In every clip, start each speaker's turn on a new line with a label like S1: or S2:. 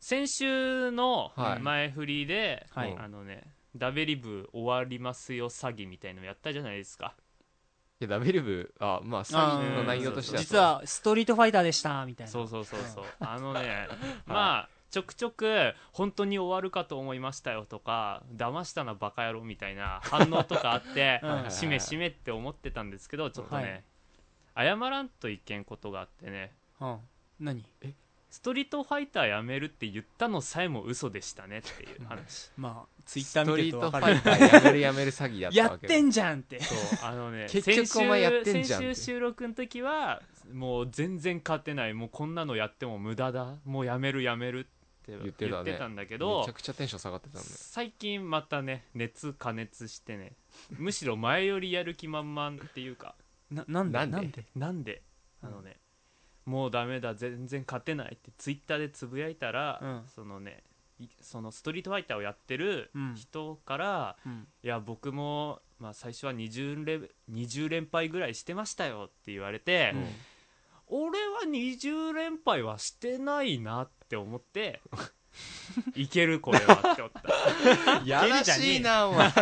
S1: 先週の
S2: はい
S1: 前振りで、
S3: はい
S1: あのねダベリブ終わりますよ詐欺みたいのやったじゃないですか
S2: いやダベルブあまあ詐
S3: あー
S2: 欺の内容としては
S3: 実はストリートファイターでしたみたいな
S1: そうそうそうそうあのねまあちょくちょく本当に終わるかと思いましたよとか騙したなバカ野郎みたいな反応とかあって、
S3: うん
S1: しめしめって思ってたんですけどちょっとね、謝らんといけんことがあってね
S3: うん何
S1: ストリートファイターやめるって言ったのさえも嘘でしたねっていう話
S3: まあツイッ
S2: ス
S3: ター
S2: ト
S3: 見て
S2: リ
S3: る
S2: ー
S3: と
S2: ト
S3: 分
S2: フ
S3: か
S2: ァ
S3: る
S2: イターやめるやめる詐欺だった
S3: や
S2: わ
S3: っ
S2: け
S3: てんじゃんって
S1: そうあのね
S2: 結局お前やってんじゃんっ
S1: 先
S2: て
S1: 週収録の時はもう全然勝てないもうこんなのやっても無駄だもうやめるやめるって
S2: 言ってたね
S1: んだけ
S2: め
S1: ど
S2: ちゃくちゃテンション下がってたんだよ
S1: 最近またね熱加熱してねむしろ前よりやる気満々っていうか
S3: ななんで
S2: なんで
S3: なんで
S1: なんであのね、もうダメだ全然勝てないってツイッターでつぶやいたら、
S3: うん
S1: そのねいそのストリートファイターをやってる
S3: うん
S1: 人から、
S3: うん
S1: いや僕も、まあ、最初は20連 ,20 連敗ぐらいしてましたよって言われて、
S3: うん
S1: 俺は20連敗はしてないなって思っていけるこれはって思った
S2: やらしいなお前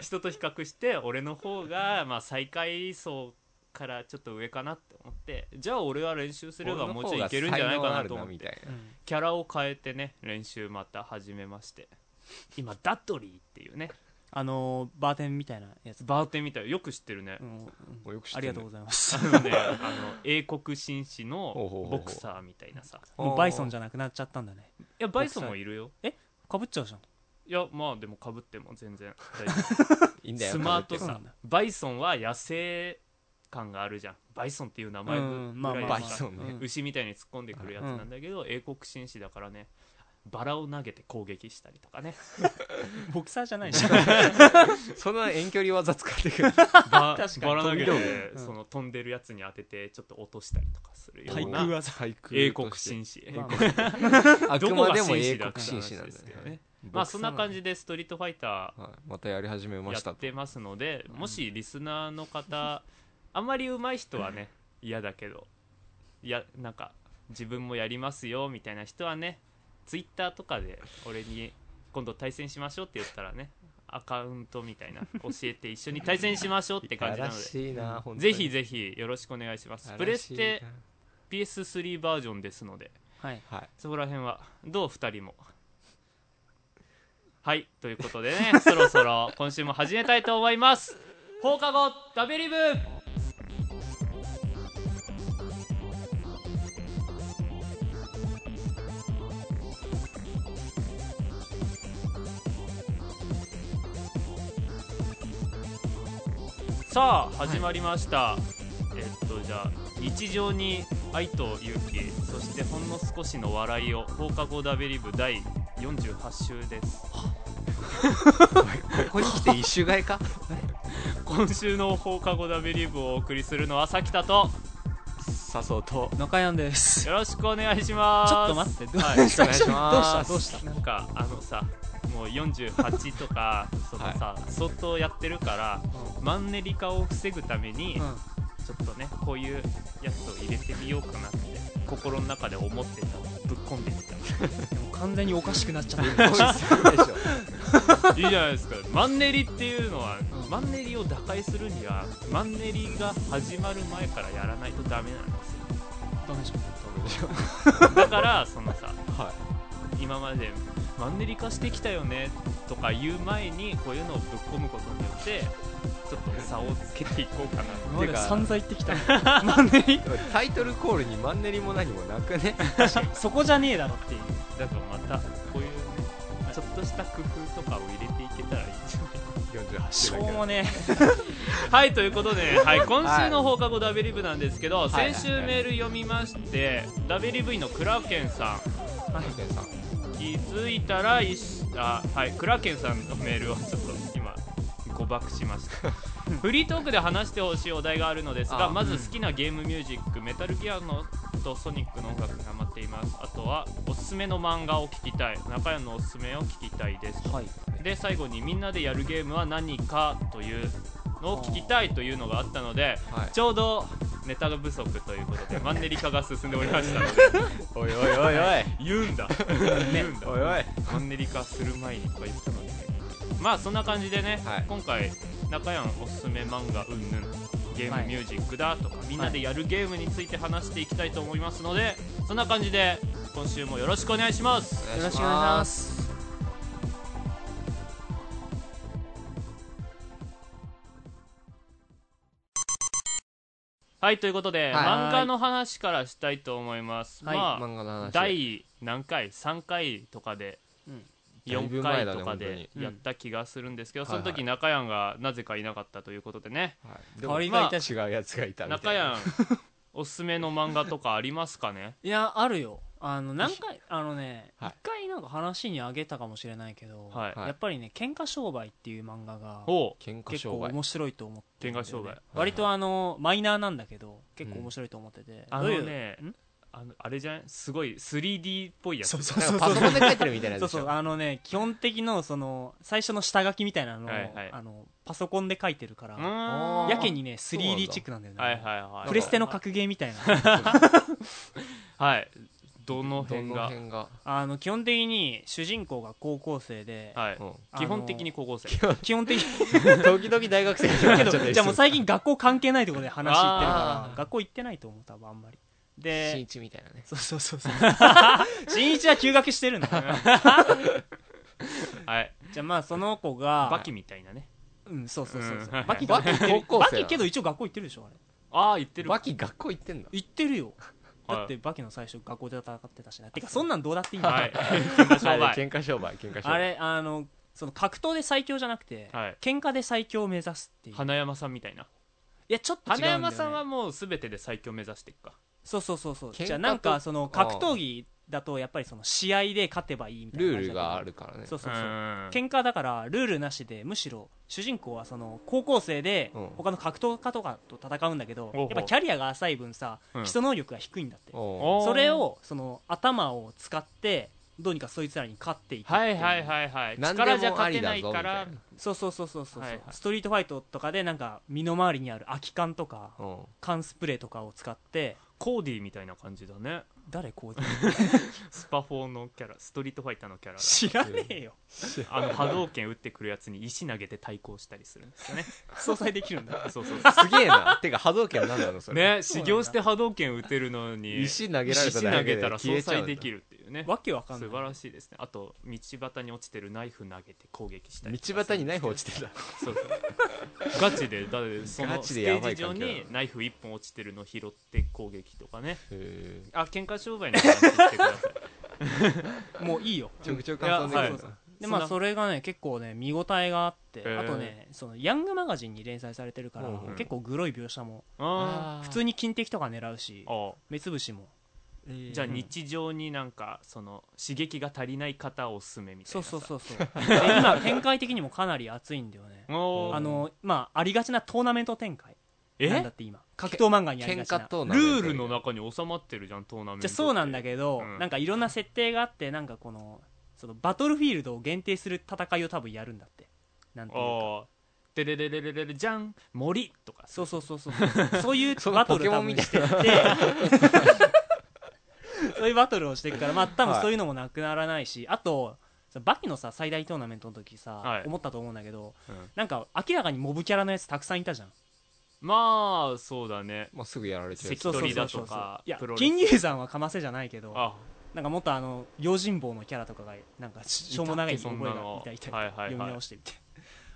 S1: 人と比較して俺の方がまあ最下位層からちょっと上かなって思ってじゃあ俺は練習すればもうちょいいけるんじゃないかなと思っ
S2: みた
S1: て
S2: いな
S3: うん
S1: キャラを変えてね練習また始めまして今ダトリーっていうね
S3: あのーバーテンみたいなやつ
S1: バーテンみたいよく知ってるね
S3: うんうん
S2: もうよく知ってんね
S3: ありがとうございます
S1: あのねあの英国紳士の
S2: ほうほうほうほう
S1: ボクサーみたいなさ
S3: もうバイソンじゃなくなっちゃったんだね
S1: いやバイソンもいるよ
S3: かぶっちゃうじゃん
S1: いやまあでもかぶっても全 然大丈夫
S2: いいんだよ
S1: スマート
S3: そうな
S1: さ
S3: んだ
S1: バイソンは野生感があるじゃんバイソンっていう名前ぐ
S3: うんまあ
S1: ぐらい
S3: まあ
S1: だ
S3: ま
S1: か
S3: あ
S1: ら
S2: バイソンね
S3: うん
S1: 牛みたいに突っ込んでくるやつなんだけど、英国紳士だからねバラを投げて攻撃したりとか ね
S3: ボクサーじゃないじゃん
S2: そんな遠距離技使ってくる
S1: バ
S3: 確かに
S1: バラ投げて
S3: 飛び道具うん
S1: その飛んでるやつに当ててちょっと落としたりとかするよ
S3: 対
S1: う
S3: 空
S1: な
S3: 技
S2: 対空
S1: 英国紳士
S3: まあま
S2: あ
S1: ど
S2: く
S1: こ
S2: ま
S1: が
S2: でも
S1: 紳
S2: 英
S1: 士だっ
S2: 国
S1: た
S2: 紳
S1: 話
S2: 士なん
S1: で
S2: だ
S1: す
S2: よ
S1: けど
S2: ね
S1: ねまあそんな感
S2: じ
S1: じでストリートファイタ
S2: またやり始め
S1: ー
S2: ま
S1: や
S2: した
S1: っ
S2: と
S1: てますのでもしリスナーの 方あんまり上手い人はね嫌だけどいやなんか自分もやりますよみたいな人はねツイッターとかで俺に今度対戦しましょうって言ったらねアカウントみたいな教えて一緒に対戦しましょうって感じなの
S2: やら
S1: で
S2: しいな本当に
S1: ぜひぜひよろしくお願いします
S2: やらしいな
S1: プレステ PS3 バージョンですので
S3: はい
S2: はい
S1: そこら辺はどう2人もはいということでね そろそろ今週も始めたいと思います放課後ダベリブさあ始まりました、えっとじゃあ日常に愛と勇気そしてほんの少しの笑いを放課後ダベリブ第48週です
S2: ここに来て一周買いか
S1: 今週の放課後ダベリブをお送りするのはさきたと
S2: さそう と
S3: 中山です
S1: よろしくお願いします
S3: ちょっと待ってどう
S1: はい
S2: よろしくお願いします
S3: どうしたどうし
S1: なんかあのさもう48とかそのさ、相当やってるからマンネリ化を防ぐために、
S3: うん
S1: ちょっとねこういうやつを入れてみようかなって心の中で思ってたぶっ込んでみ
S3: でも完全におかしくなっちゃっ
S2: ど
S3: た
S2: う したでしょ
S1: たいいじゃないですかマンネリっていうのは、
S3: うん
S1: マンネリを打開するにはマンネリが始まる前からやらないとダメなんですよ
S3: ダメじゃん
S1: だからそのさ
S2: は
S1: 今までマンネリ化してきたよねとか言う前にこういうのをぶっ込むことによってちょっと差をつけていこうかな
S3: 今
S2: て
S3: ま
S2: か
S3: で散々言ってきたのマンネリ
S2: いタイトルコールにマンネリも何もなくね
S3: そこじゃねえだろっていう
S1: だからまたこういうねちょっとした工夫とかを入れていけたらいいんじゃない か
S2: 48
S3: し
S2: 週
S3: ょ
S2: だ
S3: う
S2: け
S3: も
S2: ど
S3: ね
S1: はいということで、はい、今週の放課後ダベリブなんですけど、
S2: はい
S1: 先週メール読みまして、ダベリブイのクラケンさん
S2: さん
S1: 気づいたらいしあはいクラケンさんのメールをちょっと今誤爆しました フリートークで話してほしいお題があるのですが
S2: あ
S1: まず好きなゲームミュージック、メタルギアのとソニックの音楽がハマっていますあとはおすすめの漫画を聞きたい中山のおすすめを聞きたいです
S3: はい
S1: で最後にみんなでやるゲームは何かというのを聞きたいというのがあったので
S2: はい
S1: ちょうどネタ不足ということでマンネリ化が進んでおりましたので
S2: おいおい おいおい
S1: 言うん だ言うんだ
S2: おいおいはい
S1: マンネリ化する前にいっぱい言ってたのでまあそんな感じでね、
S2: はい
S1: 今回中山おすすめ漫画うんぬんゲーム、
S3: はい
S1: ミュージックだとかみんなでやるゲームについて話していきたいと思いますのでそんな感じで今週もよろしくお願いします
S2: お
S3: よろしくお願いします
S1: はいということで、
S2: はい
S1: 漫画の話からしたいと思います、
S3: はい
S1: まあ
S2: 漫画の話
S1: 第何回3回とかで
S3: うん
S2: だいぶ
S1: 4
S2: 前
S1: 回
S2: だね
S1: とか
S2: 本
S1: で
S2: 当
S3: に
S1: やった気がするんですけど、
S2: うん
S1: その時中山がなぜかいなかったということでね、
S2: はい、で
S3: 代
S2: も
S3: わ
S2: 違
S3: りがいたし、
S2: うやつがいたみ
S1: 中
S2: たいな
S1: 山おすすめの漫画とかありますか ね
S3: いやあるよあの何回あのね一、
S2: はい
S3: 回なんか話にあげたかもしれないけど、
S1: はい、
S2: はい
S3: やっぱりね「喧嘩商売」っていう漫画が
S1: おう
S2: 喧嘩
S3: 結
S2: 商
S3: 構
S2: 売
S3: 面白いと思ってるんだよ
S1: 喧
S3: ね
S1: 嘩商売
S3: 割とあのマイナーなんだけど結構面白いと思ってて、
S1: あ
S3: どう
S1: の
S3: いう
S1: ね
S3: ん
S1: あのあれじゃないすごい 3D っぽいやつ
S3: そうそう
S2: な
S3: そ
S2: ん
S3: う
S2: か
S3: そ
S2: パソコ
S3: う
S2: ンで書いてるみたいなやつ
S3: そう
S2: でしょ
S3: そうあのね基本的のその最初の下書きみたいなのを、
S1: はいはい
S3: あのパソコンで書いてるか
S1: う
S3: ら
S1: ーん
S2: あ
S3: やけにね
S2: うなんだ
S3: 3D チックなんだよね、
S1: はいはいはい
S3: プレステの格ゲーみたいな
S1: はいどの
S2: ど
S1: 辺
S2: の
S1: が
S2: 辺が、
S3: あの基本的に主人公が高校生で、
S1: はい、
S2: うん、
S1: 基本的に高校生
S3: 基 本的に
S2: 時々大学生になっちゃ
S3: け
S2: ったりす
S3: ど
S2: る
S3: じゃあもう最近学校関係ないところで話行ってるか
S1: あー
S3: ら学校行ってないと思う多分あんまり
S2: 新
S3: で
S2: 一みたいなね
S3: そうそうそ うそう新一は休学してるんだ
S1: はい
S3: じゃあまあその子が
S1: バキみたいなね
S3: うんそうそうそうそう
S1: うん
S3: バキ
S2: バキ高校
S3: バ
S2: 生
S3: キけど一応学校行ってるでしょあれ
S1: ああ言ってる
S2: バキ学校行ってんだ
S3: 行ってるよ
S1: はい
S3: だってバキの最初学校で戦ってたしなてかそんなんどうだっていいんだ
S1: は
S3: よ
S1: い喧嘩商売
S2: あれ喧嘩商売喧嘩商売
S3: あれあのその格闘で最強じゃなくて
S1: はい
S3: 喧嘩で最強を目指すっていう
S1: 花山さんみたいない
S3: やちょっと違うん
S1: 花
S3: だよね
S1: 山さんはもう全てで最強目指していくか
S3: そうそうそうそう
S2: 喧嘩と
S3: じゃあなんかその格闘技だとやっぱりその試合で勝てばいいみたいな
S2: ル
S3: 感じ
S2: ー
S3: だけど
S2: ルがあるからね
S3: そうそうそう
S1: うん
S3: 喧嘩だからルールなしでむしろ主人公はその高校生で
S2: うん
S3: 他の格闘家とかと戦うんだけど
S1: ほうほ
S3: や
S1: う
S3: っぱキャリアが浅い分さ
S1: うん
S3: 基礎能力が低いんだって
S2: お
S1: おー
S3: それをその頭を使ってどうにかそいつらに勝っていくって
S1: はいいうはいはいはい
S2: 何
S1: 力じ
S2: で
S1: ゃ
S2: もあ
S1: 勝
S2: り
S1: て
S2: だ
S1: な
S2: ぞみ
S1: い
S2: た
S1: か
S2: いな
S1: ら
S3: そうそうそうそうそうそう
S1: はいはい
S3: ストリートファイトとかでなんか身の回りにある空き缶とか
S2: うん
S3: 缶スプレーとかを使って
S1: コーディみたいな感じだね
S3: 誰こう
S1: スパ4のキャラストリートファイターのキャラだ
S3: 知らねえよ
S1: あの波動拳打ってくるやつに石投げて対抗したりするんですよね
S3: 相殺できるんだ
S1: そうそうそ
S2: すげえなてか波動拳なんなのそうれ
S1: ね修行して波動拳打てるのに
S2: 石投げられた
S1: 石
S2: だ
S1: 投
S2: け
S1: げ
S2: で
S1: たら相
S2: 消えちゃう
S1: 殺
S2: んだ
S1: できるっていうね
S3: わけわかんな
S1: 素
S3: い
S1: 晴らしいですねあと道端に落ちてるナイフ投げて攻撃したりと
S2: 道
S1: か
S2: 端にナイフ落ちてた
S1: そうそうガチでだってそ
S2: ガ
S1: の
S2: チ
S1: ス
S2: で
S1: テ
S2: や
S1: ー
S2: ば
S1: ジ
S2: い
S1: 上
S2: 環境だ
S1: にナイフ1本落ちてるの拾って攻撃とかね
S2: へ
S1: あ喧嘩商売の話してください
S3: もういいよ
S2: ーちょくちょく感想でき
S1: いやは
S2: る
S1: い
S2: な
S3: で
S1: そん
S3: ま
S1: な
S3: あそれがね結構ね見応えがあって、
S1: へー
S3: あとねそのヤングマガジンに連載されてるから、
S2: うんうん
S3: 結構グロい描写も
S1: あ
S2: あー
S3: 普通に金敵とか狙うし
S1: ーあ
S3: 目つぶしも
S1: ーじゃあ
S2: うん
S1: 日常になんかその刺激が足りない方をおすすめみたい
S3: そう
S1: な
S3: そう
S1: う
S3: そうそうで今展開的にもかなり熱いんだよね
S1: おー
S3: あのまあありがちなトーナメント展開なんだ
S1: え
S3: って今格闘漫画にあり
S2: 喧
S3: がちな
S2: 嘩
S3: じゃ
S2: と
S1: ルールの中に収まってるじゃんトーナメント
S3: あそうなんだ
S1: ど
S3: けど、
S1: うん
S3: なんかいろんな設定があってなんかこのそのバトルフィールドを限定する戦いを多分やるんだってなんていうか
S1: ああてれれれれれれじゃん森とか
S3: そうそうそうそうそうそういう
S2: その
S3: バトル
S2: ポケ
S3: 多
S2: モンみ
S3: 分
S2: たい
S3: してって そういうバトルをしていくからまあ多分そういうのもなくならないし、あとそのバキのさ最大トーナメントの時さ、
S1: はい
S3: 思ったと思うんだけど、
S1: うん
S3: なんか明らかにモブキャラのやつたくさんいたじゃん
S1: まあそうだね
S2: まあすぐやられちゃう
S1: 関取だと
S3: そうそうそうそう
S1: か
S3: いや
S1: プロレス
S3: 金融山はかませじゃないけど
S1: あ
S3: なんかもっとあの用心棒のキャラとかがなんかししょうも長い
S1: そ
S3: 覚え
S1: ん
S3: が
S1: ないの
S3: たいた、
S1: はいはいはい
S3: 読み直してみて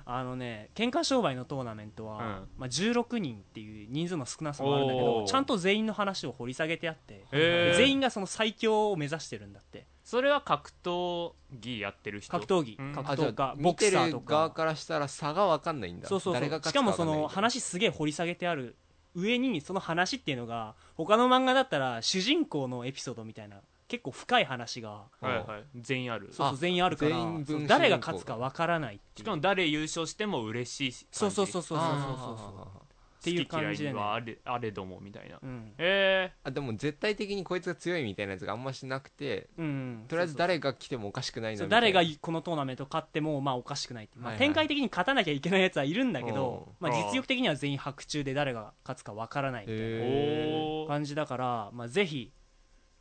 S3: あのね喧嘩商売のトーナメントは、
S1: うん
S3: まあ、16人っていう人数の少なさもあるんだけ
S1: お
S3: ど
S1: ー
S3: ちゃんと全員の話を掘り下げてあって、
S1: へー
S3: 全員がその最強を目指してるんだって
S1: それは格闘技やってる人
S3: 格闘技、
S1: うん
S3: 格
S2: あじゃ
S3: 闘
S2: あ
S3: 家ボ
S2: 見
S3: ク
S2: て
S3: サーと
S2: る側
S3: か
S2: からしたら差が分かんないんだ
S3: そうそう
S2: 誰
S3: そ
S2: が
S3: うし
S2: 勝つ
S3: かも
S2: 分
S3: そ
S2: んない
S3: の話すげえ掘り下げてある上にその話っていうのが他の漫画だったら主人公のエピソードみたいな結構深い話が
S1: はいはい全員ある
S3: そうそう全員あるから
S2: 全員分
S3: そう
S2: 主人公
S3: 誰が勝つかわからないっていう
S1: しかも誰優勝しても嬉しい感じ
S3: そうそうそうそうそうそ
S2: あ
S3: う
S2: ー
S3: そうそうていう感じ
S1: 好き嫌い
S3: でね
S1: にはあれあれどもみたいな、
S3: うん
S1: え
S2: あでも絶対的にこいつが強いみたいなやつがあんましなくて
S3: うん
S2: とりあえず誰が来てもおかしくないな
S3: そう
S2: みたいな
S3: 誰がこのトーナメント勝ってもまあおかしくないっていう、まあ
S2: はいはい
S3: 展開的に勝たなきゃいけないやつはいるんだけど、
S1: うん
S3: まあ、実力的には全員白昼で誰が勝つかわからないみたい
S1: ー、
S2: へ
S1: おー
S3: な感じだから、まあ、ぜひ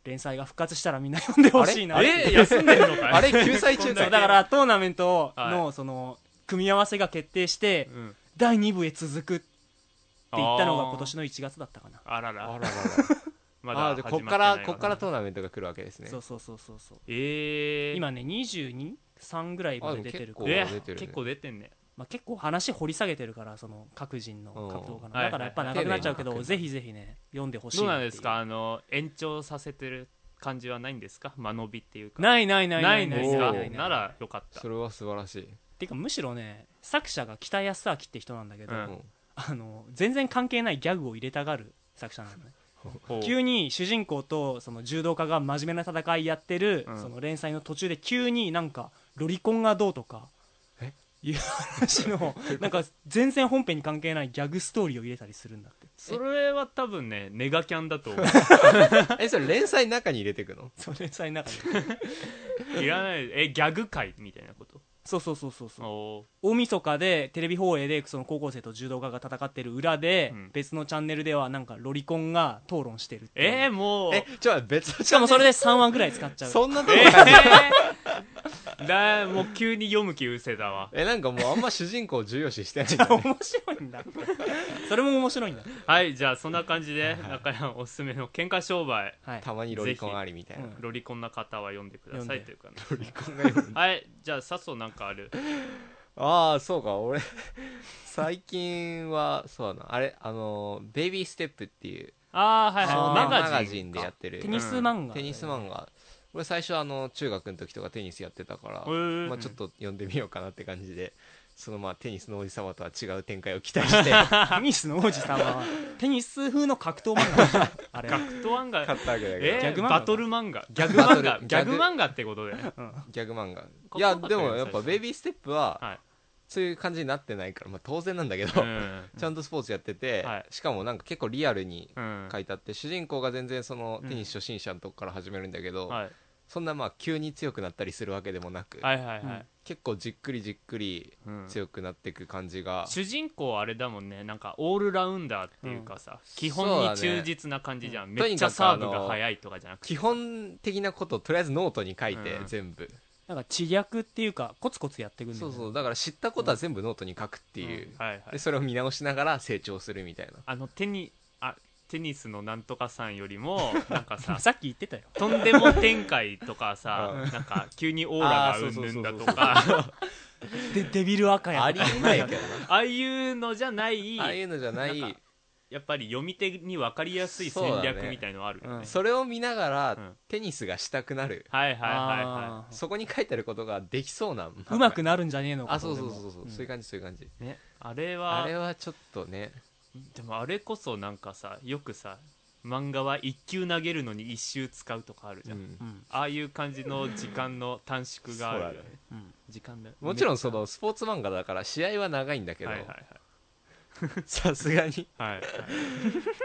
S3: 連載が復活したらみんな読んでほしいなって
S1: え休んでんのかい
S2: あれ 救済中
S1: こん
S3: そ
S1: だ
S3: う
S1: け
S3: だからトーナメント
S1: は
S3: のその組み合わせが決定して
S1: うんって
S3: 第2部へ続くって言ったのが今年の1月だったかな
S1: あら
S2: あら
S1: ら
S2: らら
S1: まだ
S2: あー
S1: 始
S2: じ
S1: ま
S2: ゃあ
S1: て
S2: こ
S1: ない
S2: っからこっから
S1: ら
S2: トーナメントが来るわけですね
S3: そうそうそうそうそう
S1: えー、
S3: 今ね223ぐらいまで出てるから
S2: あでも
S1: え
S2: 結構出てるね
S1: 結構出てんね
S3: まあ、結構話掘り下げてるからその各人の
S2: うん
S3: 格闘家の
S1: はい
S3: だからやっぱ長くなっちゃうけ
S2: 丁寧
S3: ど
S2: に
S3: ぜひぜひね読んでほしい
S1: どう
S3: ってい
S1: なんですかあの延長させてる感じはないんですか間延びっていうか
S3: ないないない
S1: ないん
S2: な
S1: で
S2: い
S1: すか
S2: おー
S1: ならよかった
S2: それは素晴らしい、
S3: てかむしろね作者が北安明って人なんだけど、
S1: う
S2: うんん
S3: あの全然関係ないギャグを入れたがる作者なのね
S1: ほう
S3: 急に主人公とその柔道家が真面目な戦いやってる、
S1: うん
S3: その連載の途中で急になんかロリコンがどうとか
S2: え
S3: いう話のなんか全然本編に関係ないギャグストーリーを入れたりするんだ って
S1: それは多分ねネガキャンだと 思
S2: えそれ連載の中に入れていくの
S3: その連載の中に
S1: ういらないえギャグ界みたいなこと
S3: そうそうそうそうそう
S1: お
S3: 大晦日でテレビ放映でその高校生と柔道家が戦ってる裏で、
S1: うん
S3: 別のチャンネルではなんかロリコンが討論してるっていう
S1: えー、もう
S2: えちょっと別の
S3: しかもそれで3話ぐらい使っちゃう
S2: そんなとこ
S1: え
S2: 書いて
S1: ーだもう急に読む気うせだわ
S2: えなんかもうあんま主人公重要視してないん
S3: じ
S2: だ
S3: ゃあ
S2: ね
S3: 面白いんだってそれも面白いんだって
S1: はいじゃあそんな感じで中山おすすめの喧嘩商売
S3: はい
S2: たまにロリコンありみたいな
S3: ぜ
S1: ロリコンな方は読んでくださいというかね
S2: ロリコンがいる
S1: はいじゃあ佐藤なんかある
S2: ああそうか俺 最近はそうだなあれあのベイビーステップっていう
S1: ああはいはい
S3: あー
S1: マガジン
S2: マガジンでやってる
S3: テニス漫画
S2: テニス漫画俺最初あの中学の時とかテニスやってたから、
S1: ー
S2: まあ、ちょっと読んでみようかなって感じでそのまあテニスのおじさまとは違う展開を期 待して買
S3: テニスの王子様は テニス風の格闘漫画 あれ
S1: 学徒漫画
S2: ったわけだけど、
S1: え
S3: ギャ
S1: ー、
S3: グ漫画
S1: バトル漫画ギャグ漫画
S2: バトル
S1: ギャグ漫画ってことで
S2: ギャグ漫画
S1: こ
S2: いや
S1: こま
S2: で
S1: で
S2: もやっ
S1: 最
S2: ぱ
S1: 初
S2: ベイビーステップは、
S1: はい
S2: そういう感じになってないから、まあ、当然なんだけ
S1: う
S2: ど、
S1: ん
S2: ちゃんとスポーツやってて、
S1: はい
S2: しかもなんか結構リアルに
S1: うん
S2: 書いてあって主人公が全然その
S3: うん
S2: テニス初心者のとこから始めるんだけど、
S1: はい
S2: そんなまあ急に強くなったりするわけでもなく、
S1: はいはいはい、
S2: 結構じっくりじっくり
S1: うん
S2: 強くなっていく感じが、
S1: 主人公あれだもんねなんかオールラウンダーっていうかさ、基本に忠実な感じじゃん、
S2: ね
S1: めっちゃサーブが速いとかじゃなくて
S2: 基本的なことをとりあえずノートに書いて、
S1: うん
S2: 全部
S3: なんか知略っていうかコツコツやっていくんだ
S2: そ
S3: よ
S2: う
S3: ね
S2: そうだから知ったことは全部ノートに書くっていう、
S1: はいはい
S2: でそれを見直しながら成長するみたいな
S1: あの手にあテニスのなんとかさんよりもなんかさ
S3: さっき言ってたよ
S1: とんでも展開とか さなんか急にオーラが
S2: あー
S1: う
S2: そ
S1: ん
S2: う
S1: ぬ
S2: そ
S1: ん
S2: う
S1: だ
S2: そう
S1: と
S2: そう
S1: か
S3: でデビル赤や
S2: ありえ ないけど
S1: ああいうのじゃない
S2: なああいうのじゃない
S1: なんかやっぱり読み手に分かりやすい戦
S2: そうだ
S1: 略
S2: ね
S1: みたいのあるよね
S3: うん
S2: それを見ながら、
S1: うん
S2: テニスがしたくなる
S1: はいはいはいは
S3: あー
S2: そこに書いてあることができそうな
S3: うまくなるんじゃねえのか
S2: あそうそう
S3: でも
S2: そうそう、
S3: ん
S2: そういう感じそういう感じ
S1: いねあれは
S2: あれはちょっとね
S1: でもあれこそなんかさよくさ漫画は1球投げるのに1周使うとかあるじゃん、
S3: うん
S1: ああいう感じの時間の短縮があるよね
S2: そうだね
S3: うん
S1: 時間だよ
S2: もちろ
S1: ん
S2: んそのスポーツ漫画だから試合は長いんだけど
S1: はいはい
S2: さすがに
S1: はいはい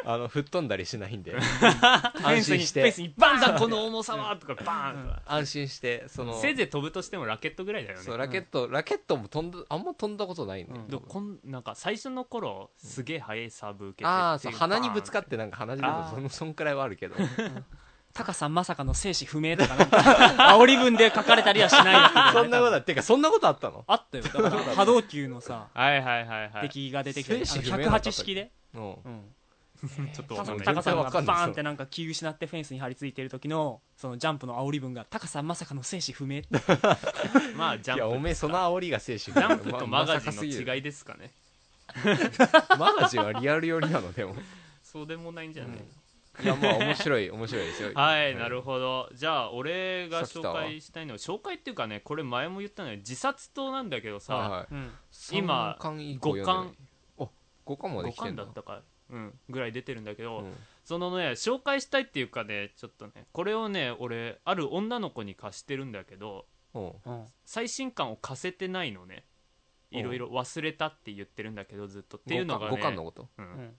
S2: あの吹っ飛んだりしな いんで
S3: フェン
S2: 安
S3: スに
S2: 心
S3: フ
S2: し
S3: ェン
S2: て
S3: スにバ
S1: バ
S3: ン
S1: ン
S3: だ
S1: だこの重さはとかバーンとか、
S2: 安心してその
S1: せいぜい飛ぶとしてもラケットぐらいだよね
S2: そうラケット、ラケットも飛んだあんま飛んだことないね、
S3: うん
S1: でもこんなんか最初の頃すげえ速いサーブ受けて
S2: ああそう鼻にぶつか
S1: っ
S2: ってなんか鼻血出る
S1: あー
S2: そのそんくらいはある けど
S3: タカさんまさかの生死不明とかなんか 煽り文で書かれたりはしないやつだよね
S2: そんなことはてかそんなことあったの
S3: あったよだから波動球のさ
S1: てはいはいはいはい
S3: 敵が出てきてあの
S2: 生死不明なの
S3: 108式で
S2: うん
S3: うん
S1: ちょっとわかんない
S3: タカさんが
S2: わかんない
S3: バーンってなんか気失ってフェンスに張り付いてる時のそのジャンプの煽り文が「タカさんまさかの生死不明」って
S1: まあジャンプ
S2: いやおめえその煽りが精神
S1: ジャンプとマガジンの違
S2: い
S1: いですかね
S2: マガジンはリアル寄りなのでも
S1: そうでもないんじゃない、
S2: いやまあ面白い面白いですよ
S1: はい、なるほどじゃあ俺が
S2: さっきと
S1: 紹
S2: は
S1: 介したいのは紹介っていうかねこれ前も言ったのよ自殺党なんだけどさ、
S2: はいはい
S1: 今
S2: 三巻以降読んでないお五巻まで
S1: 5
S2: 来て
S1: 巻
S2: ん
S1: だ
S2: だ
S1: ったか、うん、ぐらい出てるんだけど、
S2: うん
S1: そのね紹介したいっていうかねちょっとねこれをね俺ある女の子に貸してるんだけど
S2: うん
S3: うん
S1: 最新刊を貸せてないのねいろいろ忘れたって言ってるんだけどずっとっていうのが、ね、
S2: 五感のこと
S1: うん
S3: うん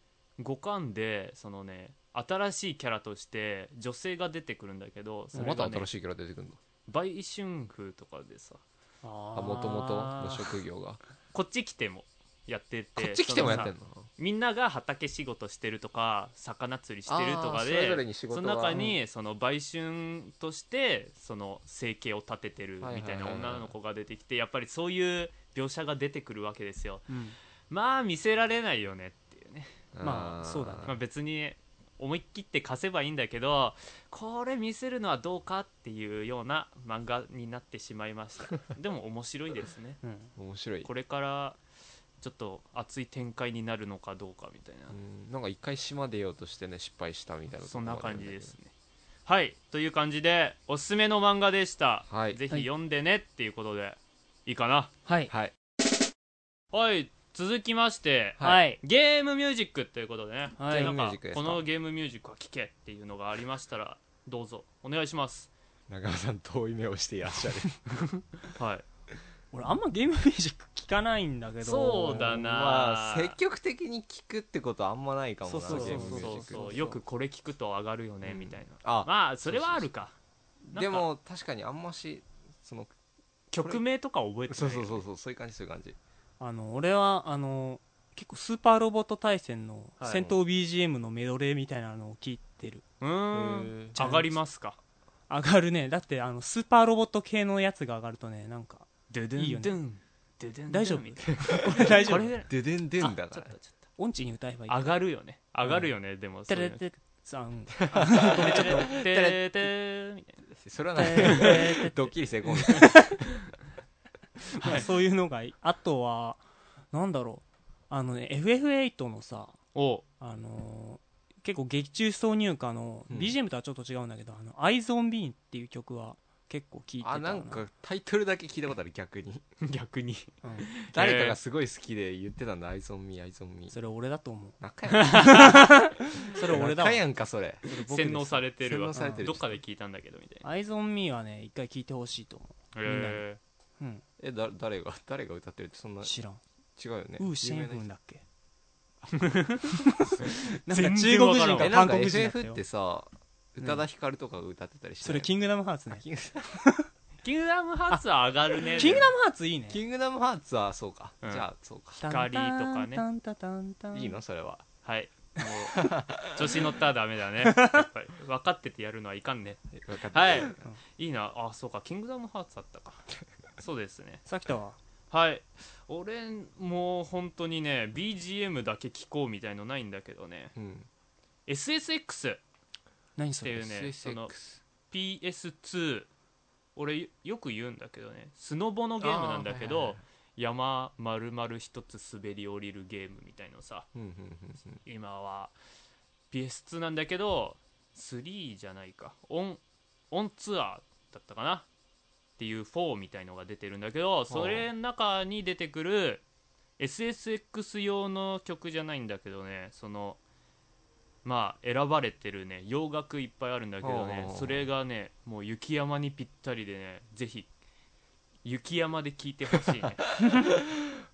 S1: 五感でそのね新しいキャラとして女性が出てくるんだけどそれ
S2: また
S1: が、ね
S2: 新、しいキャラ出てくるの
S1: 売春風とかでさ
S3: あ
S2: あもともとの
S3: ー
S2: 職業が
S1: こっち来てもやってて
S2: こっち来てもやってん
S1: そのさ
S2: の
S1: みんなが畑仕事してるとか魚釣りしてると
S2: あ
S1: かで
S2: ーそれぞれに仕
S1: そ
S2: 事
S1: の
S2: が
S1: 中にその売春としてその生計を立ててるみたいな
S2: はいはいはいはい
S1: 女の子が出てきてやっぱりそういう描写が出てくるわけですよ
S3: うん
S1: まあ見せられないよねっていうね、
S3: まあそうだね
S1: まあ、別に思い切って貸せばいいんだけどこれ見せるのはどうかっていうような漫画になってしまいましたでも面白いですね
S3: うん
S2: 面白い
S1: これからちょっと熱い展開になるのかどうかみたいな
S2: うんなんか一回島出ようとしてね失敗したみたいなとこ
S1: そん
S2: もあ
S1: な
S2: るだけ
S1: 感
S2: ど
S1: じですねはいという感じでおすすめの漫画でした、
S2: はい
S1: ぜ
S3: は
S1: ひ
S3: い
S1: 読んでねっていうことでいいかな
S3: はい
S2: はい
S1: はい続きまして、
S3: はい
S1: ゲームミュージックということでね、
S3: はい
S1: なん
S2: ゲームミュー
S1: か
S2: ジックです
S1: こ
S2: か
S1: のゲームミュージックは聴けっていうのがありましたらどうぞお願いします
S2: 中村さん遠い目をしていらっしゃる
S1: はい
S3: 俺あんまゲームミュージック聞かないんだけど
S1: そうだな
S2: まあ積極的に聞くってことはあんまないかもな
S3: そうそうそう
S2: ゲ
S1: そ
S2: ー
S1: う
S2: ムミュージック
S1: そうそうよくこれ聞くと上がるよね、
S2: うん
S1: みたいな
S2: あ
S1: まあそれはあるかなんか
S2: でも確かにあんましその
S1: 曲名とか覚えてない
S2: そうそうそうそうそういう感じそういう感じ
S3: あの俺はあの結構スーパーロボット対戦の
S1: はい
S3: 戦闘 BGM のメドレーみたいなのを聞いてる、
S1: うーん
S2: へー
S1: 上がりますか
S3: 上がるねだってあのスーパーロボット系のやつが上がるとねなんか
S1: ドゥド
S3: いいよ
S1: ゥン
S3: ね
S1: ドゥンドゥドゥンドゥン
S3: 大丈夫
S1: みたいな
S3: 俺大丈
S1: こ
S3: 夫
S1: れ
S2: ででんでんだ
S1: ちょ
S2: か
S1: っとちょっと
S3: 音痴に歌えばいい
S1: 上がるよね上がるよね、でも
S3: て
S1: うい
S3: れ
S1: うの
S3: てさん
S1: てれてれてれみたい
S2: らそれは
S3: て
S2: ない
S3: れて
S2: ドッキリ成功
S3: まあそういうのがいいあとはなんだろうあのね FF8 のさ
S1: なお
S3: あのー結構劇中挿入歌の
S2: うん
S3: BGM とはちょっと違うんだけど「あのアイズ・オン・ビーン」っていう曲は結構聴いてた
S2: あなんかタイトルだけ聞いたことある逆 に
S1: 逆に
S3: うん
S2: 誰かがすごい好きで言ってたんだ「アイゾンミアイゾンミ
S3: それ俺だ と思う
S2: 中やん
S3: それ 俺だわ
S2: 中やんかそれ
S3: それ僕です
S1: 洗脳されてるわ
S2: 洗脳されてる
S1: どっかで聞いたんだけどみたいな
S3: アイズ・オン・ミーはね一回聴いてほしいと思
S1: へ
S3: う、うん、
S2: えだ誰が誰が歌ってるってそんな
S3: 知らん
S2: 違うよね
S3: ウー・シェンフ
S2: 有名
S3: ン
S2: な
S3: だっけなんか
S1: 全
S3: 中
S1: 然わ
S3: 国
S1: からん
S2: 人
S3: 人
S2: えな
S3: か韓
S2: んか
S3: 国人だった
S2: FF
S3: よ
S2: ってさ宇多田ヒカルとかが歌ってたりして
S3: それキングダムハーツ
S2: あ
S3: ね
S2: キング
S1: ーキングダムハーツは上がるね
S3: キングダムハーツいいね
S2: キングダムハーツはそうか、
S1: うん
S2: じゃあそうか
S1: 光とかね
S3: タンタンタンタンタン
S2: いいのそれは
S1: はいもう調子乗ったらダメだ ねやっぱり分かっててやるのはいかんね
S2: え分かった
S1: はいいいなあそうかキングダムハーツあったかそうですね
S3: さっきとは
S1: はい俺もう本当にね BGM だけ聴こうみたいのないんだけどね
S2: うん
S1: SSX っ
S3: 何そ
S1: て
S3: れ
S1: いうねその
S2: SSX
S1: PS2 俺よく言うんだけどねスノボのゲームなんだけ
S2: あーはい
S1: ど
S2: はいは
S1: 山丸々一つ滑り降りるゲームみたいのさ
S2: うんうんうん
S1: 今は PS2 なんだけど3じゃないかオンオンツアーだったかなっていう4みたいのが出てるんだけどそれの中に出てくる SSX 用の曲じゃないんだけどねそのまあ選ばれてるね洋楽いっぱいあるんだけどね
S2: あー
S1: それがねもう雪山にぴったりでねぜひ雪山で聴いてほしい ね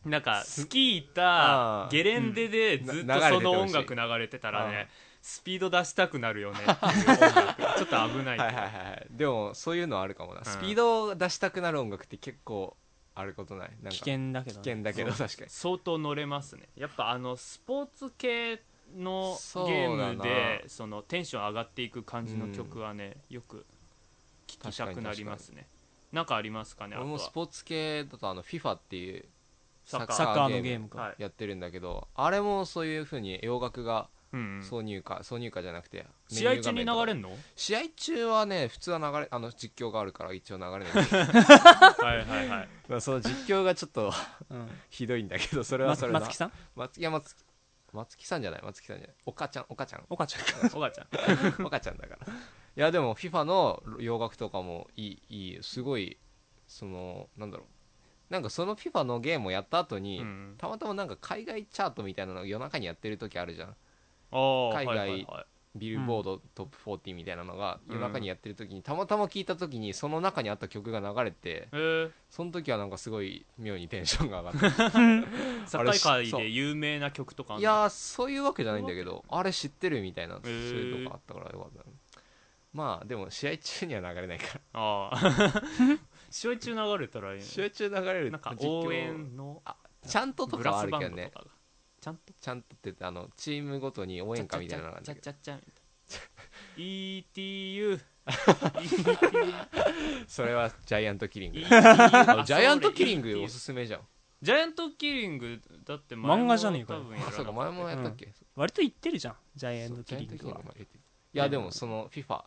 S1: なんかスキー行った
S2: あー
S1: ゲレンデで
S2: ん
S1: ずっ
S2: な
S1: とそ
S2: 流れてて
S1: の
S2: ほ
S1: 音
S2: しい
S1: 楽流れてたら
S2: あ
S1: ね
S2: ー
S1: スピード出したくなるよ ねっていう音楽ちょっと危ないけど
S2: はいはいはいはいでもそういうのはあるかもな、スピードを出したくなる音楽って結構あることないなんか
S3: 危険だけどね
S2: 危険だけど確かに
S1: 相当乗れますねやっぱあのスポーツ系のゲーム
S2: そうだ
S1: でそのテンション上がっていく感じの曲はね、よく聴きたくなりますねなんかありますかねあ
S2: 俺
S1: と
S2: も
S1: は
S2: スポーツ系だとあの FIFA っていう
S1: サッカー
S3: サッカーのゲームか、
S1: はい
S2: やってるんだけどあれもそういう風に洋楽が
S1: うんうん
S2: 挿入歌、挿入歌じゃなくて
S1: 試合中に流れ
S2: る
S1: んの
S2: 試合中はね普通は流れあの実況があるから一応流れな いけど
S1: はいはい はい
S2: まあその実況がちょっと
S3: うん
S2: ひどいんだけどそれは
S3: ま
S2: それ
S3: 松木
S2: ん
S3: さん
S2: 松木いや松木松木さんじゃない松木さんじゃないおかちゃんおかちゃん
S3: おかちゃん
S1: お母ちゃん
S2: おかちゃんだからいやでも FIFA の洋楽とかもいいいいすごいそのなんだろうなんかその FIFA のゲームをやった後に、
S1: うん
S2: たまたまなんか海外チャートみたいなのを夜中にやってる時あるじゃん
S1: あー
S2: 海外
S1: はいはいはい
S2: ビルボードトップ40みたいなのが夜中にやってる時に、たまたま聞いた時にその中にあった曲が流れて
S1: えー、
S2: その時はなんかすごい妙にテンションが上がっ
S1: サッカー界で有名な曲とかあん
S2: たい
S1: の
S2: やーそういうわけじゃないんだけどあれ知ってるみたいなそう
S1: ー
S2: いうとこあったからよかったなまあでも試合中には流れないから
S1: ああ 試合中流れたらいい
S2: 試
S1: ね
S2: 合中流れる
S1: なんか
S2: 実況
S1: 応援の
S2: ちゃんとと
S1: ブ
S2: か
S1: ラ
S2: はあ
S1: ス
S2: る
S1: バン
S2: け
S1: ド
S2: ど
S1: と
S2: ね
S1: かがちゃんと
S2: ちゃんとって言ってあのチームごとに応援歌みたいなのがあるん
S1: ちゃ
S2: だけ
S1: っ
S2: ど
S1: ちゃっちゃっちゃっちゃ ETU
S2: それはジャイアントキリング
S1: ETU
S2: ジ
S1: あ
S2: ャイアントキリングお
S1: ETU
S2: すすめじゃん
S1: ジャイアントキリングだって
S3: 漫画じゃねえかよ
S1: 多分や
S2: あ
S1: ら
S2: そうか前もやったっけ
S3: 割と言ってるじゃんジャイア
S2: そ
S3: ン
S2: う
S3: トキリングは
S2: ジャイアントキリングいやでもその FIFA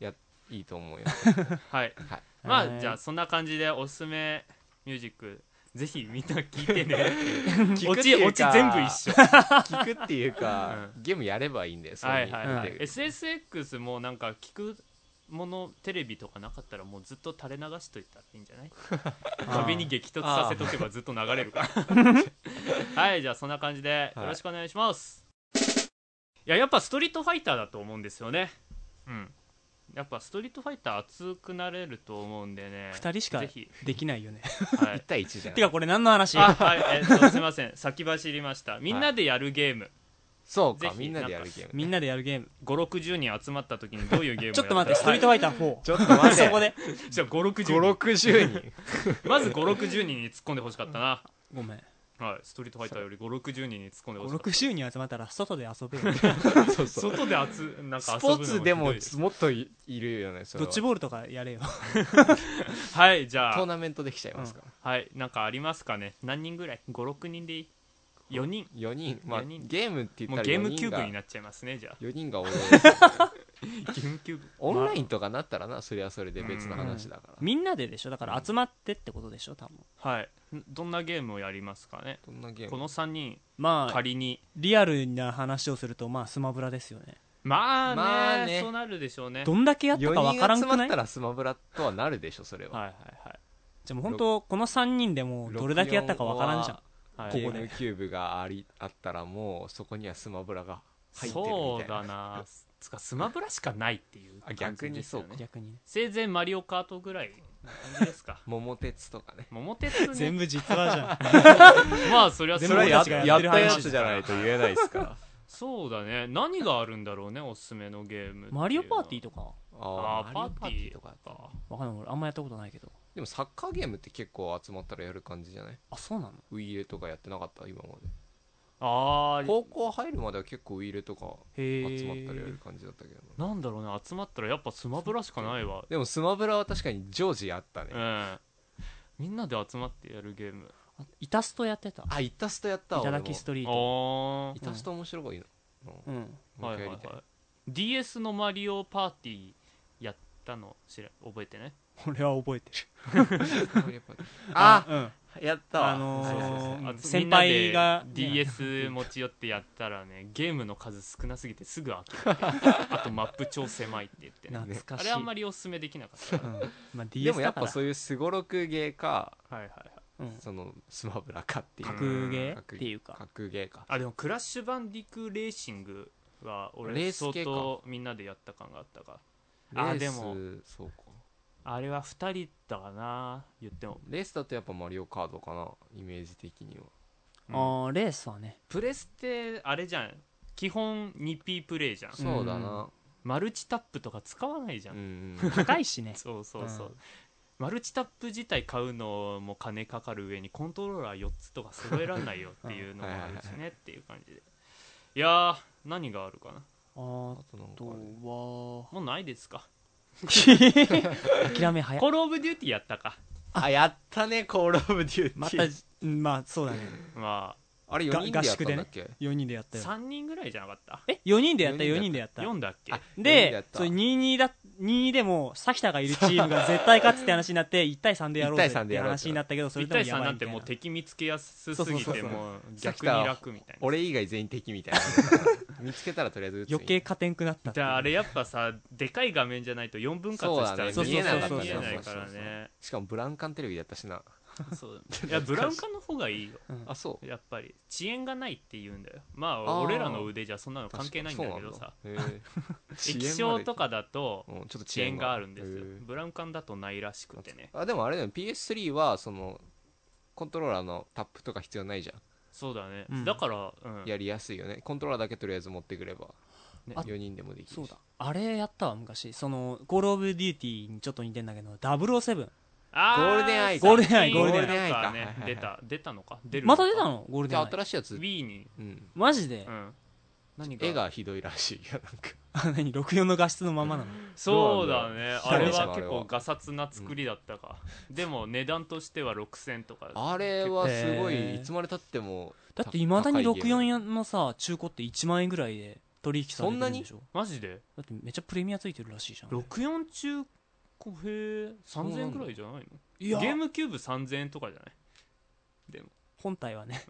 S2: やいいと思う よ
S1: はい、
S2: はい
S1: ま
S3: は
S1: あ
S3: い
S1: じゃあそんな感じでおすすめミュージックぜひみんな聞いてね オチオチ全部一 緒
S2: 聞くっていうかゲームやればいいんだよそれに
S1: はい
S3: はいはい
S2: で
S1: SSX もなんか聞くものテレビとかなかったらもうずっと垂れ流しといたらいいんじゃない壁に激突させとけばずっと流れるからはいじゃあそんな感じでよろしくお願いします、い、ややっぱストリートファイターだと思うんですよねうんやっぱストリートファイター熱くなれると思うんでね
S3: 2人しか
S1: ぜひ、
S3: できないよね
S1: は
S2: 1
S1: い、
S2: 対1じゃ
S3: て
S2: ん
S3: かこれ何の話
S1: あはいえっとすいません先走りましたみんなでやるゲーム、
S2: そう
S1: ぜ
S2: か
S1: ひ
S2: みんなでやるゲーム
S3: みんなでやるゲーム
S1: 560人集まった時にどういうゲームをや
S3: ちょっと待ってストリートファイター4
S2: ちょっと待
S3: そこ
S2: って
S3: で
S1: じゃあ560
S2: 560人
S1: 人まず560人に突っ込んでほしかったな、
S3: ごめん
S1: はい、ストリートファイターより560人に突っ込んでほしかった
S3: 56週に集まったら外で遊 べる
S2: そうそう
S1: 外で集なん
S2: ス
S1: か遊ぶの
S2: ポーツでも
S1: ひどいす
S2: もっといいるよねそれ
S3: ド
S2: は
S3: ッジボールとかやれよ
S1: はいじゃ
S2: トー
S1: あ
S2: ナメントできちゃいますから
S1: はいなんかありますかね何人ぐらい56人でいい4人
S2: 4人まあ
S1: 四人
S2: ゲームって言
S1: も
S2: っ
S1: う
S2: たら
S1: ゲーム
S2: 4
S1: キュ
S2: 人
S1: ーブに
S2: が
S1: なっちゃいますね じゃあ
S2: 4人 が多い
S1: ゲームキューブ
S2: オンラ
S1: ン、
S2: インとかなったらなそれはそれで別の話だから
S3: みんなででしょだから集まってってことでしょ多分
S1: まあはいどんなゲームをやりますかね
S2: どんなゲーム
S1: この3人
S3: まあ
S1: 仮に、
S3: リアルな話をするとまあスマブラですよね
S1: まあね,、
S2: まあね
S1: そうなるでしょうね
S3: どんだけやったかわ
S2: 4
S3: から
S2: 人集
S3: んく
S2: ま
S3: な
S2: っ
S3: い
S2: たらスマブラとはなるでしょそれ
S1: はい
S2: は
S1: はい
S3: じゃあもう本当この3人でもうどれだけやったかわからんじゃん
S1: はい、はい、
S2: ゲ
S3: こ
S2: ー
S3: こで
S2: ムキューブがありあったらもうそこにはスマブラが入ってる
S1: そ
S2: み
S1: う
S2: たい
S1: だ
S2: な
S1: なつかスマブラしかないっていう
S2: あ逆にそうか
S1: 感じですよね
S3: 逆にね
S1: せいぜいマリオカートぐらいな感じ ですか
S2: 桃鉄とかね
S1: 桃鉄ね
S3: 全部実話じゃん
S1: まあそりゃ
S3: 全
S1: そ
S3: 部
S1: う
S3: 俺
S1: だ
S3: たちがやってる話
S2: えないですから
S1: そうだね何があるんだろうねおすすめのゲー ム
S3: マリオパーティー
S1: と
S3: とか
S1: あ
S2: あ
S1: ーパ
S2: ーマ
S1: ー
S2: リオ
S1: ティーと
S2: とかや
S1: か
S2: ったな
S3: わかんない俺あんまやったことないけど
S2: でもサッカーゲームって結構集まったらやる感じじゃない
S3: あそうなの
S2: ウイイレとかやってなかった今まで
S1: あー
S2: 高校入るまでは結構ウイイレとか
S3: へえ
S2: 集まったらやる感じだったけどな
S1: なんだろうね集まったらやっぱスマブラしかないわ
S2: でもスマブラは確かに常時あったね
S1: うんみんなで集まってやるゲーム
S3: イタストやってた
S2: あイタストやったわ
S3: いた
S2: 俺
S3: だ
S2: も
S3: きストリー
S1: あ
S3: ト
S1: ー
S2: イタスト面白いの
S3: うん
S2: もう
S1: は
S2: 一
S1: いはい
S2: 回や
S1: は
S2: り
S1: い
S2: たい
S1: DS のマリオパーティーやったの知ら覚えてね
S3: 俺は覚えてる
S2: あ
S3: うん
S2: やったわ
S3: あの
S2: はいはいはい
S3: ー
S1: あと
S3: 先輩が
S1: みんなで
S3: ね
S1: DS 持ち寄ってやったらねゲームの数少なすぎてすぐ飽きるあとマップ超狭いって言ってね
S3: 懐かし
S1: あ
S3: い
S1: れあんまりおすすめできなかった
S3: うんまあ
S2: でも
S3: DS
S2: や
S3: だ
S2: っ
S3: か
S2: ぱ
S3: ら
S2: そういうすごろくゲーか
S1: はいはいはい
S3: うん
S2: そのスマブラかっていう
S3: 格ゲ
S2: うん
S3: ーっていうか
S2: 格ゲーか
S1: あでもクラッシュバンディクレーシングは
S2: レ
S1: 俺
S2: ース
S1: 相
S2: 系か
S1: 当みんなでやった感があったか
S2: レ
S1: あ
S2: ース
S1: でも
S2: そうか
S1: あれは2人だかな言っても、
S2: レースだとやっぱマリオカードかなイメージ的には
S1: うん
S3: あーレースはね
S1: プレスってあれじゃん基本 2P プレイじゃん
S2: そうだな
S1: マルチタップとか使わないじゃ、
S2: うんん
S3: 高いしね
S1: そうそうそう、
S3: うん
S1: マルチタップ自体買うのも金かかる上にコントローラー4つとか揃えらんないよっていうのもあるしねっていう感じでいやー何があるかな
S3: あ
S2: あとなんか
S3: と
S2: ある
S3: は
S1: もうないですか
S3: 諦め早い
S1: コールオブデューティーやったか
S2: あやったねコールオブデューティー
S3: またうんまあそうだね
S1: ま
S2: あれ4人でやったんだっけ
S3: 4人でやっ
S1: あ
S3: たよ
S1: 3人ぐらいじゃなかった
S3: え4人でやった
S2: 4
S3: 4
S2: 人で
S3: 人でやった
S1: 4だっけ
S2: あ四人でや
S3: で
S2: っ、た
S3: それ22だ、22でも、サキタがいるチームが絶対勝つって話になって、1対3でやろうぜ
S2: 1対3
S3: っ
S2: で
S3: て
S2: やろうぜ
S3: 話になったけど、それ
S1: 1
S3: でも
S1: 対
S3: や
S1: 3
S3: ば
S1: ないん
S3: み
S1: て
S3: たい
S1: もう
S3: な。
S1: 敵見つけやすす
S3: そう
S1: ぎ
S3: そうそう
S1: て
S3: そう
S1: もう
S2: さき
S1: 逆
S2: た
S1: に楽みたいな
S2: 俺以外全員敵 みたいな見つけたらとりあえず撃つみたい
S3: 余
S2: な
S3: 計勝てんくなったっ
S1: じ
S3: ていう
S1: ゃああれやっぱさでかい画面じゃないと4分割したら
S2: そうだね
S1: 全然
S3: 見えなかった
S1: 見えないから
S2: そうそうそう
S1: ね
S2: しかもブラウン管テレビでやったしな
S1: そういやブラウン管の方がいいよ
S3: うん
S2: あそう
S1: やっぱり遅延がないって言うんだよまあ
S2: あー
S1: 俺らの腕じゃそんなの関係ないんだけどさ
S2: 確 かにそうなんだへえ
S1: 液晶とかだと
S2: うんちょっと
S1: 遅延があるんですよ
S2: へえ
S1: ブラウン管だとないらしくてね
S2: あでもあれだよ PS3 はそのコントローラーのタップとか必要ないじゃん、
S1: そうだね、
S3: うん
S1: だから、うん、
S2: やりやすいよねコントローラーだけとりあえず持ってくれば、ね、
S3: あ
S2: 4人でもできるし
S3: そうだあれやったわ昔その「コール・オブ・デューティー」にちょっと似てんだけど007
S1: あ
S2: ゴールデンアイ
S3: かゴールデンアイ
S1: ゴール
S3: ゴール
S1: デン
S2: デン
S1: ア
S2: ア
S1: イ
S2: イ
S1: か
S2: か
S1: ね
S2: はいはいはい
S1: 出た出たのか出る
S3: また出たのゴールデ
S2: で
S3: ンアイ
S2: 新しいやつ、
S1: Wii に
S2: うん、
S3: マジで
S1: うん何が
S2: 絵がひどいらしいよなん か
S3: あ 何64の画質のままなの
S1: そうだね
S2: そう
S1: あ
S2: なん
S1: れ
S2: だよ
S1: は結
S2: あれは
S1: 構ガサツな作りだったか、でも値段としては6000とか
S2: あれはすご
S3: へ
S2: い
S3: ー
S2: いつまでたっても
S3: だっていまだに
S2: 高いゲーム
S3: 64のさ中古って1万円ぐらいで取引されてるんでしょ
S1: マジで
S3: だってめっちゃプレミアついてるらしいじゃん
S1: 64中古へえ3000円くらいじゃない
S3: い
S1: のゲームキューブ3000円とかじゃない
S3: 本体はね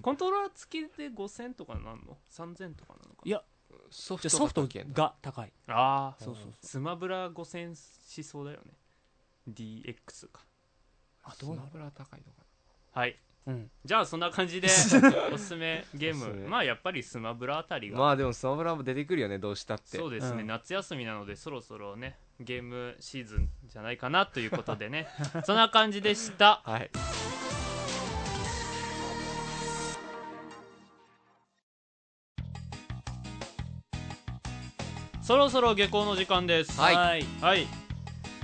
S1: コントローラー付きで5000とかなんの3000とかなのか
S3: いや
S2: ソフ
S3: じゃあ
S2: ト
S3: ソフト
S2: が高いんだ
S3: が高い
S1: ああ
S3: そうそうそう
S1: スマブラ5000しそうだよね DX か
S3: あ
S2: ス
S3: どうな
S2: マブラ高いのか
S1: はい
S3: るうん
S1: じゃあそんな感 じでおすすめゲー
S2: おすすめ
S1: ムまあやっぱりスマブラあたり
S2: な
S1: が、
S2: まあでもスマブラも出てくるよねどうしたって
S1: そうですね、
S3: うん
S1: 夏休みなのでそろそろねゲームシーズンじゃないかなということでね そんな感じでした
S2: はい
S1: そろそろ下校の時間です
S2: はい
S3: い
S1: はい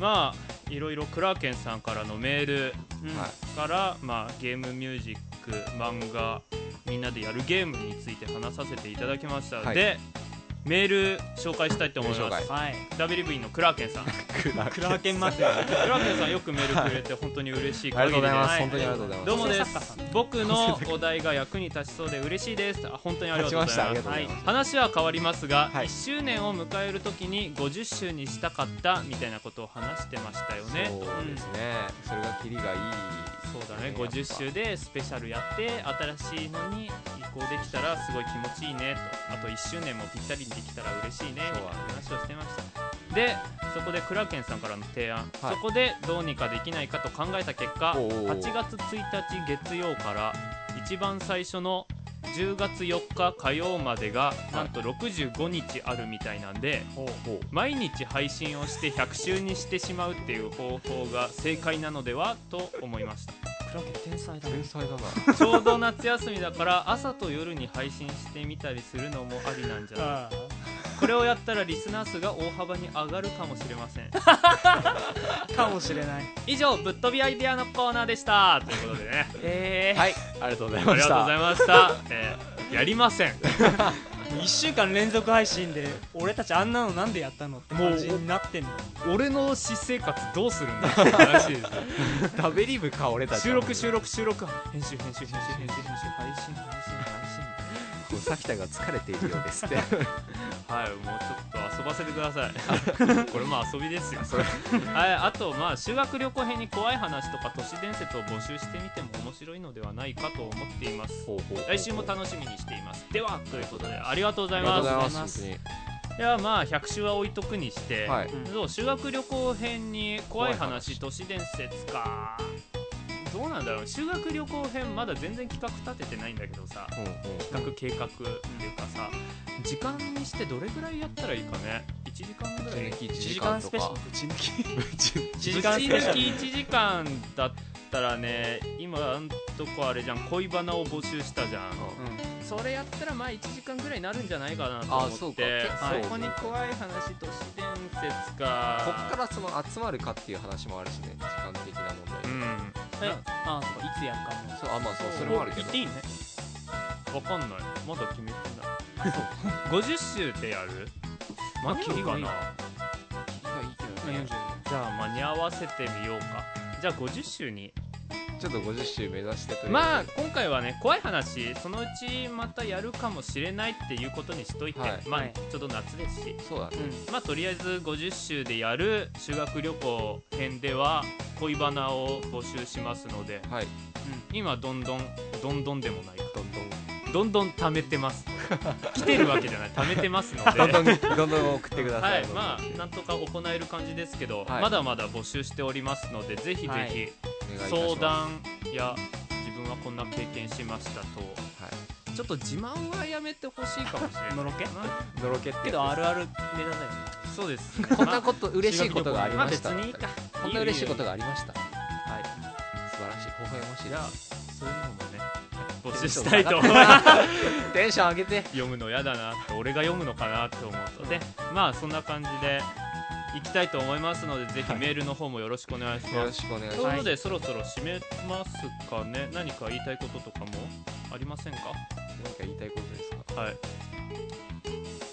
S1: まあいろいろクラーケンさんからのメール
S3: うん
S2: はい
S1: から、まあ、ゲームミュージック漫画みんなでやるゲームについて話させていただきました、
S2: はい
S1: でメール紹介したいと思い
S2: メール
S1: ま
S2: 紹
S1: す
S3: はい
S1: WV のクラーケンさんク
S3: クラーケンマス
S1: ラーケンさんよくメールくれて本当に嬉しい
S2: ありが
S1: 限
S2: と
S1: りです
S2: うございます、本当にありがとうございます
S1: どうもで
S3: 音声作家
S1: す
S3: さんね
S1: 僕のお題が役に立ちそうで嬉しいですあ本当にありがとうございます
S2: 立ちましたありがとうございます
S1: 話は変わりますが、
S2: はい
S1: 1周年を迎える時に50周にしたかったみたいなことを話してましたよね
S2: そうですね、それがキリがいい
S1: そうだね50周でスペシャルやって新しいのに移行できたらすごい気持ちいいねとあと1周年もぴったりにできたら嬉しいねみたいな話をしてましたでそこでクラーケンさんからの提案、
S2: はい
S1: そこでどうにかできないかと考えた結果
S2: おうおうおう
S1: 8月1日月曜から一番最初の10月4日火曜までがなんと65日あるみたいなんで、毎日配信をして100週にしてしまうっていう方法が正解なのではと思いました
S3: クラーケン天才だね
S2: 天才だな
S1: ちょうど夏休みだから朝と夜に配信してみたりするのもありなんじゃない
S3: あ
S1: これをやったらリスナー数が大幅に上がるかもしれませ ん
S3: あかもしれない
S1: 以上ぶっ飛びアイデアのコーナーでしたということでね
S3: ええ
S2: はいありがとうござい
S1: あ
S2: ま
S1: りが
S2: し
S1: とう
S2: た
S1: ございました、えーやりません
S3: 1週間連続配信で俺たちあんなのなんでやったのって感じになってんの
S1: 俺の私生活どうする んだって話ですよ
S2: 食べリブか俺たち
S1: 収録収録収録編集編集編集編集編集配信配信配信
S2: 録さきたが疲れているようですって
S1: はい、もうちょっと遊ばせてくださ い。これも遊びですよ。
S2: それ
S1: はい、あとまあ修学旅行編に怖い話とか都市伝説を募集してみても面白いのではないかと思っています。来週も楽しみにしています。ではということでありがとうござ
S2: あ
S1: い
S2: りがとう
S1: ま
S2: ご
S1: す。
S2: ざい
S1: い
S2: ます本
S1: やまあ100週は置いとくにして、
S2: はい
S1: そう修学旅行編に怖い話
S2: 怖い話
S1: 都市伝説か。どうなんだろう修学旅行編まだ全然企画立ててないんだけどさ。
S2: 当にうんうん
S1: 企画計画っていうかさ時間にしてどれぐらいやったらいいかね1時間ぐらい
S2: ぶち抜き1
S3: 1時
S2: 時
S3: 間
S2: 間
S3: ス
S2: と
S3: ペシャ
S2: か
S3: ルぶち抜き
S1: ぶち
S3: 時間スペシャ
S1: 抜き1時間だったらね今あんとこあれじゃん恋バナを募集したじゃんそれやったらまあ1時間ぐらいになるんじゃないかなと
S2: あそ
S1: 思っ
S2: うか
S1: て
S2: 結構
S1: はいそこに怖い話都市伝説か
S2: こっからその集まるかっていう話もあるしね時間的な問題、
S1: うん
S3: えああそうかいつやるかも
S2: そうあまあそうそれもあるけ
S1: 言
S2: ど
S1: っていいねわかんないまだ決めてな い50週でやるまあ
S3: キ
S1: 切
S3: リ
S1: り
S3: が
S1: か
S3: いい
S1: な
S2: キリがいいけどね
S1: じゃあ間に合わせてみようかじゃあ50週に
S2: ちょっと50周目指してとり
S1: ま
S2: あ
S1: あ今回はね怖い話そのうちまたやるかまたやるかもしれないっていうことにしといて、
S2: はい
S1: まあ
S3: はい
S1: ちょっと夏ですし
S2: えずそうだね
S1: まあとりあえず50週でやる修学旅行編では恋バナを募集しますので
S2: はい
S1: 今どんどんどんどんでもないか
S2: どんどん
S1: どんどん貯めてます 来てるわけじゃない貯めてますので
S2: どんどんどんどん送ってくだ
S1: は
S2: さい。
S1: い、まあなんとか行える感じですけど、
S2: はい
S1: まだまだ募集しておりますのでぜひぜひ、
S3: はい
S2: お願いいたします
S1: 相談や自分はこんな経験しましたと
S2: は
S1: ちょっと自慢はやめてほしいかもしれない
S3: のろけ
S1: な
S2: のろけって
S3: けどあるあるネタだよね
S1: そうですね
S2: こんな
S1: ま
S2: こと嬉しいことがあ
S1: あ
S2: り
S1: まあ
S2: まし
S1: 別
S2: た
S1: にいいか
S2: こんな嬉しいことがありました
S1: はい
S2: 素晴らしい微笑ましい
S1: じゃあそういうのもね募集
S2: テンショ
S1: し
S2: ン
S1: たいと
S2: 上
S1: 思い
S2: が
S1: ます
S2: ったなテンション上げて
S1: 読むの嫌だなって俺が読むのかなって思うとでまあそんな感じで行きたいと思いますのでぜひメールの方もよろしくお願いし
S2: よ
S1: ま
S2: ろ
S1: す、
S2: しくお願いし
S1: という
S2: ま
S1: ことでそろそろ締めますかね何か言いたいこととかもありませんか
S2: す何か言いたいことですか
S1: はい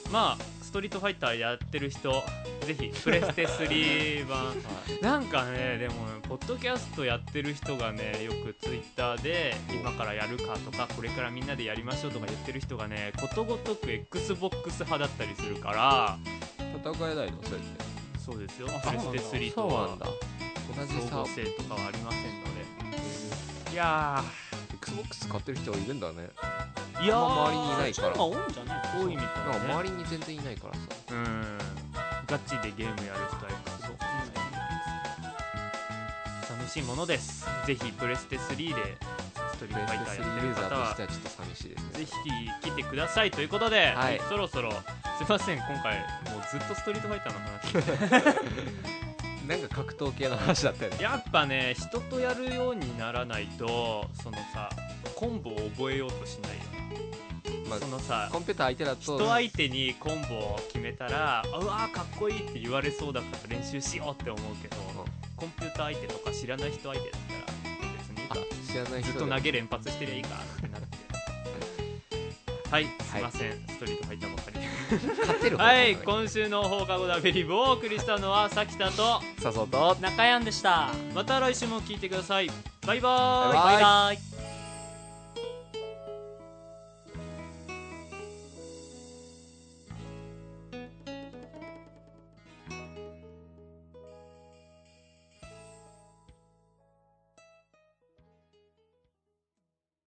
S1: まあストリートファイターやってる人ぜひプレステ3版なんかねでもポッドキャストやってる人がねよくツイッターで今からやるかとかこれからみんなでやりましょうとか言ってる人がねことごとく XBOX 派だったりするから
S2: 戦えないのそうやって
S1: そうですよ
S3: そう
S1: プレ
S3: なんだ
S1: ステ3
S2: そ
S1: と
S2: うな
S1: は
S2: んだ同じ
S1: 総
S2: さ
S1: 合性とかはありませんのでいや
S2: XBOX 買ってる人がいるんだね
S1: ーい
S2: あんま周りにいない
S3: そっちの方が多いんじゃない
S1: 多いみたい
S2: なんか
S1: な、
S2: 周
S1: ね、
S2: りに全然いないからさ
S1: うんガチでゲームやる人は XBOX 寂しいものですぜひプレステ3でストリ
S2: プレ
S1: ート
S2: ス
S1: ファイター
S2: テ
S1: やっ
S2: 3
S1: て
S2: ユ
S1: る
S2: ーザ
S1: 方
S2: ーとし
S1: は
S2: てはちょっと寂しいですね
S1: ぜひ来てくださいということで、
S2: はい
S1: そろそろすいません今回もうずっとストリートファイターの話
S2: なんか格闘系の話だったよね
S1: やっぱね 人とやるようにならないとそのさコンボを覚えようとしないよね、
S2: まあ
S1: そのさ
S2: コンピューター相手だと
S1: 人相手にコンボを決めたらうわーかっこいいって言われそうだから練習しようって思うけど、
S2: ん
S1: コンピューター相手とか知らない人相手だったら別にいい
S2: あ
S1: か
S2: 知らない
S1: ず
S2: 人
S1: っ
S2: で
S1: と投げ連発してりゃいいかってなって はいすいません、ストリートファイターばっかり
S2: 勝てる方
S1: はい、今週の放課後ダベリブをお送りしたのはさきたと
S2: さそうと
S3: 中山でした
S1: また来週も聞いてくださいバイバーイ
S2: バイバイ
S3: バイバイ